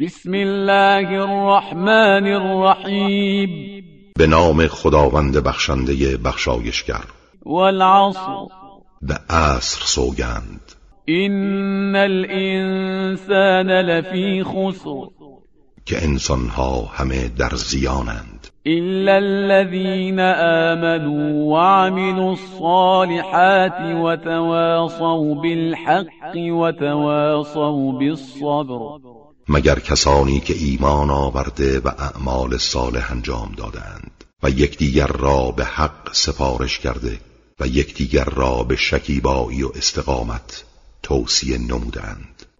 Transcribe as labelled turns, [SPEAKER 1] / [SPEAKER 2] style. [SPEAKER 1] بسم الله الرحمن الرحیم
[SPEAKER 2] به نام خداوند بخشنده بخشایشگر
[SPEAKER 1] والعصر
[SPEAKER 2] به عصر سوگند
[SPEAKER 1] إن الإنسان لفي خسر
[SPEAKER 2] که انسانها همه در زیانند
[SPEAKER 1] إلا الذين آمنوا وعملوا الصالحات وتواصوا بالحق وتواصوا بالصبر
[SPEAKER 2] مگر کسانی که ایمان آورده و اعمال صالح انجام دادند و یکدیگر را به حق سفارش کرده و یکدیگر را به شکیبایی و استقامت توصیه نمودند